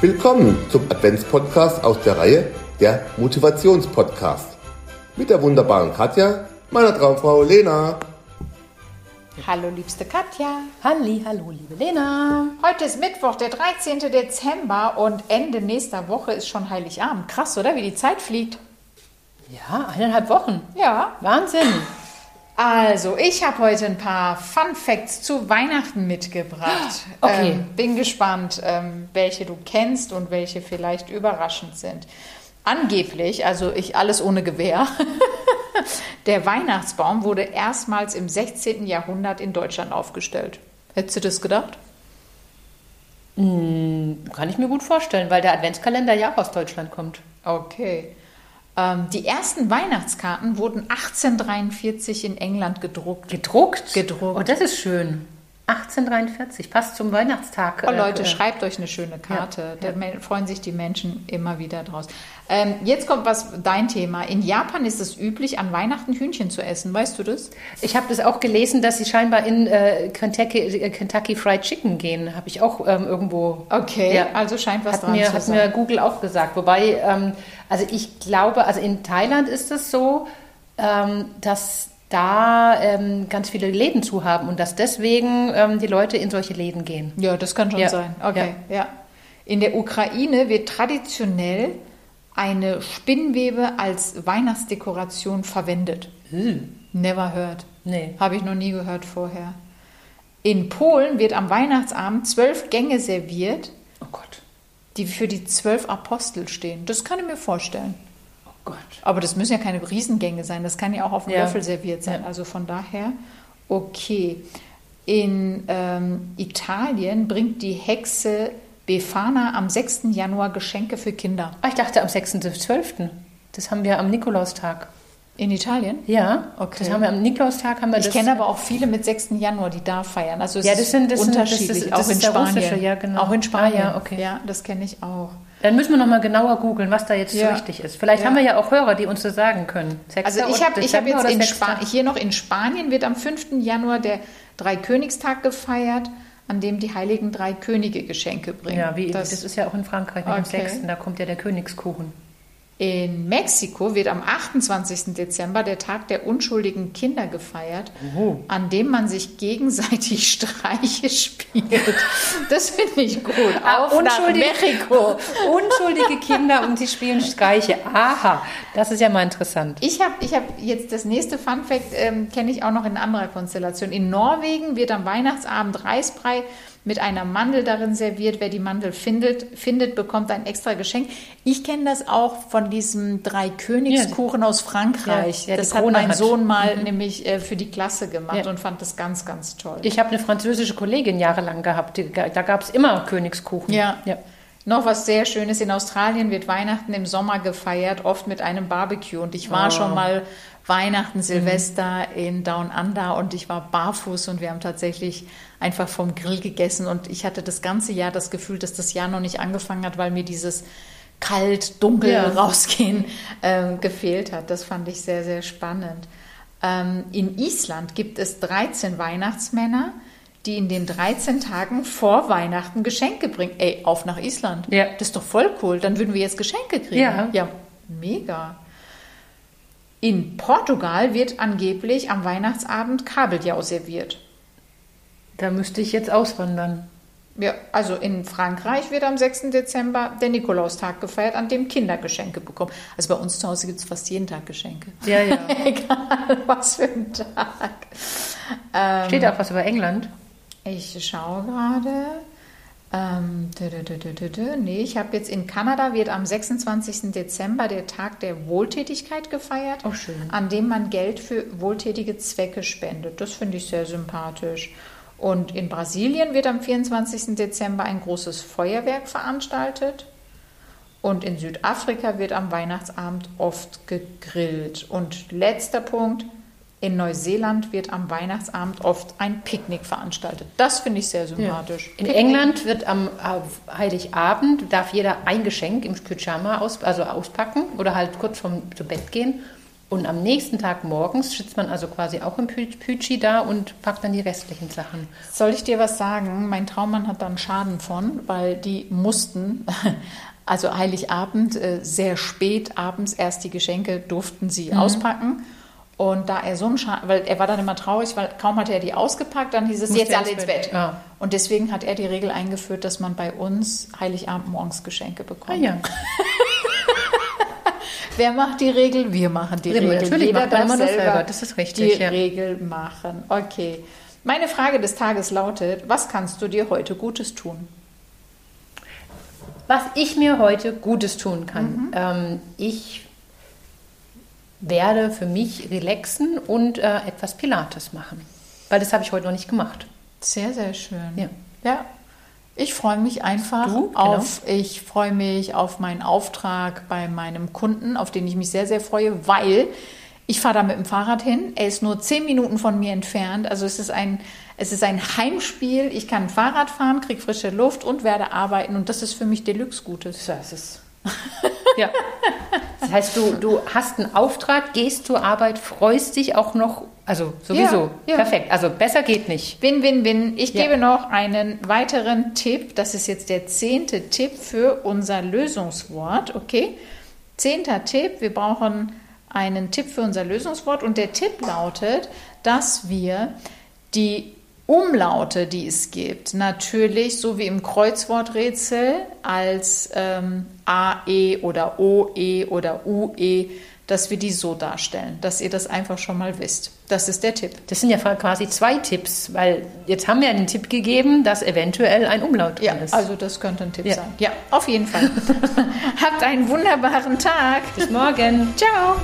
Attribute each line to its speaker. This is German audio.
Speaker 1: Willkommen zum Adventspodcast aus der Reihe der Motivationspodcast. Mit der wunderbaren Katja, meiner Traumfrau Lena.
Speaker 2: Genau. Hallo, liebste Katja.
Speaker 3: Halli, hallo, liebe Lena.
Speaker 2: Heute ist Mittwoch, der 13. Dezember und Ende nächster Woche ist schon Heiligabend. Krass, oder? Wie die Zeit fliegt.
Speaker 3: Ja, eineinhalb Wochen.
Speaker 2: Ja.
Speaker 3: Wahnsinn.
Speaker 2: Also, ich habe heute ein paar Fun Facts zu Weihnachten mitgebracht.
Speaker 3: Okay.
Speaker 2: Ähm, bin gespannt, ähm, welche du kennst und welche vielleicht überraschend sind. Angeblich, also ich alles ohne Gewehr, der Weihnachtsbaum wurde erstmals im 16. Jahrhundert in Deutschland aufgestellt. Hättest du das gedacht?
Speaker 3: Kann ich mir gut vorstellen, weil der Adventskalender ja auch aus Deutschland kommt.
Speaker 2: Okay. Ähm, die ersten Weihnachtskarten wurden 1843 in England gedruckt.
Speaker 3: Gedruckt?
Speaker 2: Gedruckt.
Speaker 3: Oh, das ist schön. 1843, passt zum Weihnachtstag.
Speaker 2: Oh
Speaker 3: äh,
Speaker 2: Leute,
Speaker 3: äh,
Speaker 2: schreibt euch eine schöne Karte. Da me- freuen sich die Menschen immer wieder draus. Ähm, jetzt kommt was dein Thema. In Japan ist es üblich, an Weihnachten Hühnchen zu essen. Weißt du das?
Speaker 3: Ich habe das auch gelesen, dass sie scheinbar in äh, Kentucky, äh, Kentucky Fried Chicken gehen. Habe ich auch ähm, irgendwo.
Speaker 2: Okay,
Speaker 3: Ja.
Speaker 2: also scheint was
Speaker 3: hat
Speaker 2: dran
Speaker 3: mir,
Speaker 2: zu
Speaker 3: hat
Speaker 2: sein.
Speaker 3: mir Google auch gesagt. Wobei, ähm, also ich glaube, also in Thailand ist es so, ähm, dass da ähm, ganz viele Läden zu haben und dass deswegen ähm, die Leute in solche Läden gehen.
Speaker 2: Ja, das kann schon
Speaker 3: Ja.
Speaker 2: sein. Okay, ja. In der Ukraine wird traditionell eine Spinnwebe als Weihnachtsdekoration verwendet. Hm. Never heard.
Speaker 3: Nee.
Speaker 2: Habe ich noch nie gehört vorher. In Polen wird am Weihnachtsabend zwölf Gänge serviert,
Speaker 3: Oh Gott,
Speaker 2: die für die zwölf Apostel stehen. Das kann ich mir vorstellen.
Speaker 3: oh Gott.
Speaker 2: Aber das müssen ja keine Riesengänge sein. Das kann ja auch auf dem
Speaker 3: Ja.
Speaker 2: Löffel serviert sein.
Speaker 3: Ja.
Speaker 2: Also von daher, okay. In ähm, Italien bringt die Hexe Befana am 6. Januar Geschenke für Kinder.
Speaker 3: Ah, ich dachte am 6.12. Das haben wir am Nikolaustag.
Speaker 2: In Italien?
Speaker 3: Ja,
Speaker 2: Okay.
Speaker 3: Das haben wir am Nikolaustag haben wir
Speaker 2: Ich
Speaker 3: das.
Speaker 2: kenne aber auch viele mit 6. Januar, die da feiern. Also es
Speaker 3: Ja, das sind- das
Speaker 2: ist
Speaker 3: sind- das
Speaker 2: unterschiedlich,
Speaker 3: ist-
Speaker 2: auch
Speaker 3: das
Speaker 2: in
Speaker 3: ist der
Speaker 2: Spanien.
Speaker 3: russische, ja, genau.
Speaker 2: Auch in Spanien.
Speaker 3: Ah, ja, okay.
Speaker 2: ja das kenne ich auch.
Speaker 3: Dann müssen wir noch mal genauer googeln, was da jetzt
Speaker 2: Ja.
Speaker 3: so richtig ist. Vielleicht
Speaker 2: Ja.
Speaker 3: haben wir ja auch Hörer, die uns das sagen können.
Speaker 2: Also ich
Speaker 3: Sechster und
Speaker 2: habe ich hab
Speaker 3: Dezember
Speaker 2: jetzt
Speaker 3: oder
Speaker 2: in
Speaker 3: Sechster?
Speaker 2: Spa hier noch in Spanien wird am 5. Januar der Dreikönigstag gefeiert, an dem die heiligen drei Könige Geschenke bringen.
Speaker 3: Ja, wie,
Speaker 2: das
Speaker 3: das, ist ja auch in Frankreich mit
Speaker 2: Okay.
Speaker 3: dem Sechsten, da kommt ja der Königskuchen.
Speaker 2: in Mexiko wird am 28. Dezember der Tag der unschuldigen Kinder gefeiert, an dem man sich gegenseitig Streiche spielt. Das finde ich gut.
Speaker 3: Ah,
Speaker 2: Auf nach Mexiko.
Speaker 3: unschuldige Kinder und sie spielen Streiche. Aha, das ist ja mal interessant.
Speaker 2: Ich habe ich hab jetzt das nächste Fun Fact, ähm, kenne ich auch noch in anderer Konstellation. In Norwegen wird am Weihnachtsabend Reisbrei mit einer Mandel darin serviert. Wer die Mandel findet, findet bekommt ein extra Geschenk. Ich kenne das auch von diesem Dreikönigskuchen aus Frankreich.
Speaker 3: Ja, ja, die
Speaker 2: das hat
Speaker 3: Krone
Speaker 2: mein
Speaker 3: hat. Mhm.
Speaker 2: Sohn mal nämlich äh, für die Klasse gemacht
Speaker 3: Ja.
Speaker 2: und fand das ganz, ganz toll.
Speaker 3: Ich habe eine französische Kollegin jahrelang gehabt, die, da gab es immer Königskuchen.
Speaker 2: Ja. Noch was sehr Schönes. In Australien wird Weihnachten im Sommer gefeiert, oft mit einem Barbecue. Und ich war schon mal Weihnachten, Silvester in Down Under und ich war barfuß und wir haben tatsächlich einfach vom Grill gegessen. Und ich hatte das ganze Jahr das Gefühl, dass das Jahr noch nicht angefangen hat, weil mir dieses kalt, dunkel
Speaker 3: Ja.
Speaker 2: rausgehen ähm, gefehlt hat. Das fand ich sehr, sehr spannend. Ähm, in Island gibt es 13 Weihnachtsmänner, die in den 13 Tagen vor Weihnachten Geschenke bringen. Ey, auf nach Island.
Speaker 3: Ja.
Speaker 2: Das ist doch voll cool. Dann würden wir jetzt Geschenke kriegen.
Speaker 3: Ja.
Speaker 2: ja mega. In Portugal wird angeblich am Weihnachtsabend Kabeljau serviert.
Speaker 3: Da müsste ich jetzt auswandern.
Speaker 2: Ja, also in Frankreich wird am 6. Dezember der Nikolaustag gefeiert, an dem Kinder Geschenke bekommen. Also bei uns zu Hause gibt es fast jeden Tag Geschenke.
Speaker 3: Ja, ja.
Speaker 2: Egal, was für ein Tag.
Speaker 3: Steht auch was über England?
Speaker 2: Ich schaue gerade. Ähm, dö, dö, dö, dö, dö, dö. Nee, ich habe jetzt in Kanada wird am 26. Dezember der Tag der Wohltätigkeit gefeiert,
Speaker 3: Oh, schön.
Speaker 2: an dem man Geld für wohltätige Zwecke spendet. Das finde ich sehr sympathisch. Und in Brasilien wird am 24. Dezember ein großes Feuerwerk veranstaltet. Und in Südafrika wird am Weihnachtsabend oft gegrillt. Und letzter Punkt, in Neuseeland wird am Weihnachtsabend oft ein Picknick veranstaltet. Das finde ich sehr sympathisch.
Speaker 3: In
Speaker 2: Picknick.
Speaker 3: England wird am auf Heiligabend darf jeder ein Geschenk im Pyjama aus, also auspacken oder halt kurz vom zu Bett gehen Und am nächsten Tag morgens sitzt man also quasi auch im Pü- Pütschi da und packt dann die restlichen Sachen.
Speaker 2: Soll ich dir was sagen? Mein Traummann hat da einen Schaden von, weil die mussten, also Heiligabend, äh, sehr spät abends erst die Geschenke durften
Speaker 3: Mhm.
Speaker 2: sie auspacken. Und da er so einen Schaden, weil er war dann immer traurig, weil kaum hatte er die ausgepackt, dann hieß es
Speaker 3: Musste
Speaker 2: jetzt alle ins Bett.
Speaker 3: Ja.
Speaker 2: Und deswegen hat er die Regel eingeführt, dass man bei uns Heiligabend morgens Geschenke bekommt.
Speaker 3: Ah ja,
Speaker 2: Wer macht die Regel? Wir machen die
Speaker 3: Ja,
Speaker 2: Regel.
Speaker 3: natürlich
Speaker 2: Jeder
Speaker 3: macht man
Speaker 2: darf
Speaker 3: immer nur selber. Das ist richtig,
Speaker 2: Die
Speaker 3: ja.
Speaker 2: Regel machen. Okay. Meine Frage des Tages lautet: Was kannst du dir heute Gutes tun?
Speaker 3: was ich mir heute Gutes tun kann. Ähm, ich werde für mich relaxen und äh, etwas Pilates machen, weil das habe ich heute noch nicht gemacht.
Speaker 2: Sehr, sehr schön.
Speaker 3: Ja.
Speaker 2: ja. Ich freue mich einfach
Speaker 3: Du? Genau.
Speaker 2: auf, ich freue mich auf meinen Auftrag bei meinem Kunden, auf den ich mich sehr, sehr freue, weil ich fahre da mit dem Fahrrad hin. Er ist nur zehn Minuten von mir entfernt. Also es ist ein, es ist ein Heimspiel. Ich kann Fahrrad fahren, kriege frische Luft und werde arbeiten. Und das ist für mich Deluxe Gutes.
Speaker 3: Das ist ja. Das heißt, du, du hast einen Auftrag, gehst zur Arbeit, freust dich auch noch, also sowieso.
Speaker 2: Ja, ja.
Speaker 3: Perfekt. Also besser geht nicht.
Speaker 2: Win, win, win. Ich
Speaker 3: Ja.
Speaker 2: gebe noch einen weiteren Tipp. Das ist jetzt der zehnte Tipp für unser Lösungswort. Okay. Zehnter Tipp. Wir brauchen einen Tipp für unser Lösungswort. Und der Tipp lautet, dass wir die Umlaute, die es gibt, natürlich so wie im Kreuzworträtsel als ähm, AE oder OE oder UE, dass wir die so darstellen, dass ihr das einfach schon mal wisst. Das ist der Tipp.
Speaker 3: Das sind ja quasi zwei Tipps, weil jetzt haben wir ja den Tipp gegeben, dass eventuell ein Umlaut drin
Speaker 2: Ja,
Speaker 3: ist.
Speaker 2: also das könnte ein Tipp
Speaker 3: Ja.
Speaker 2: sein. Ja, auf jeden Fall. Habt einen wunderbaren Tag.
Speaker 3: bis morgen.
Speaker 2: Ciao.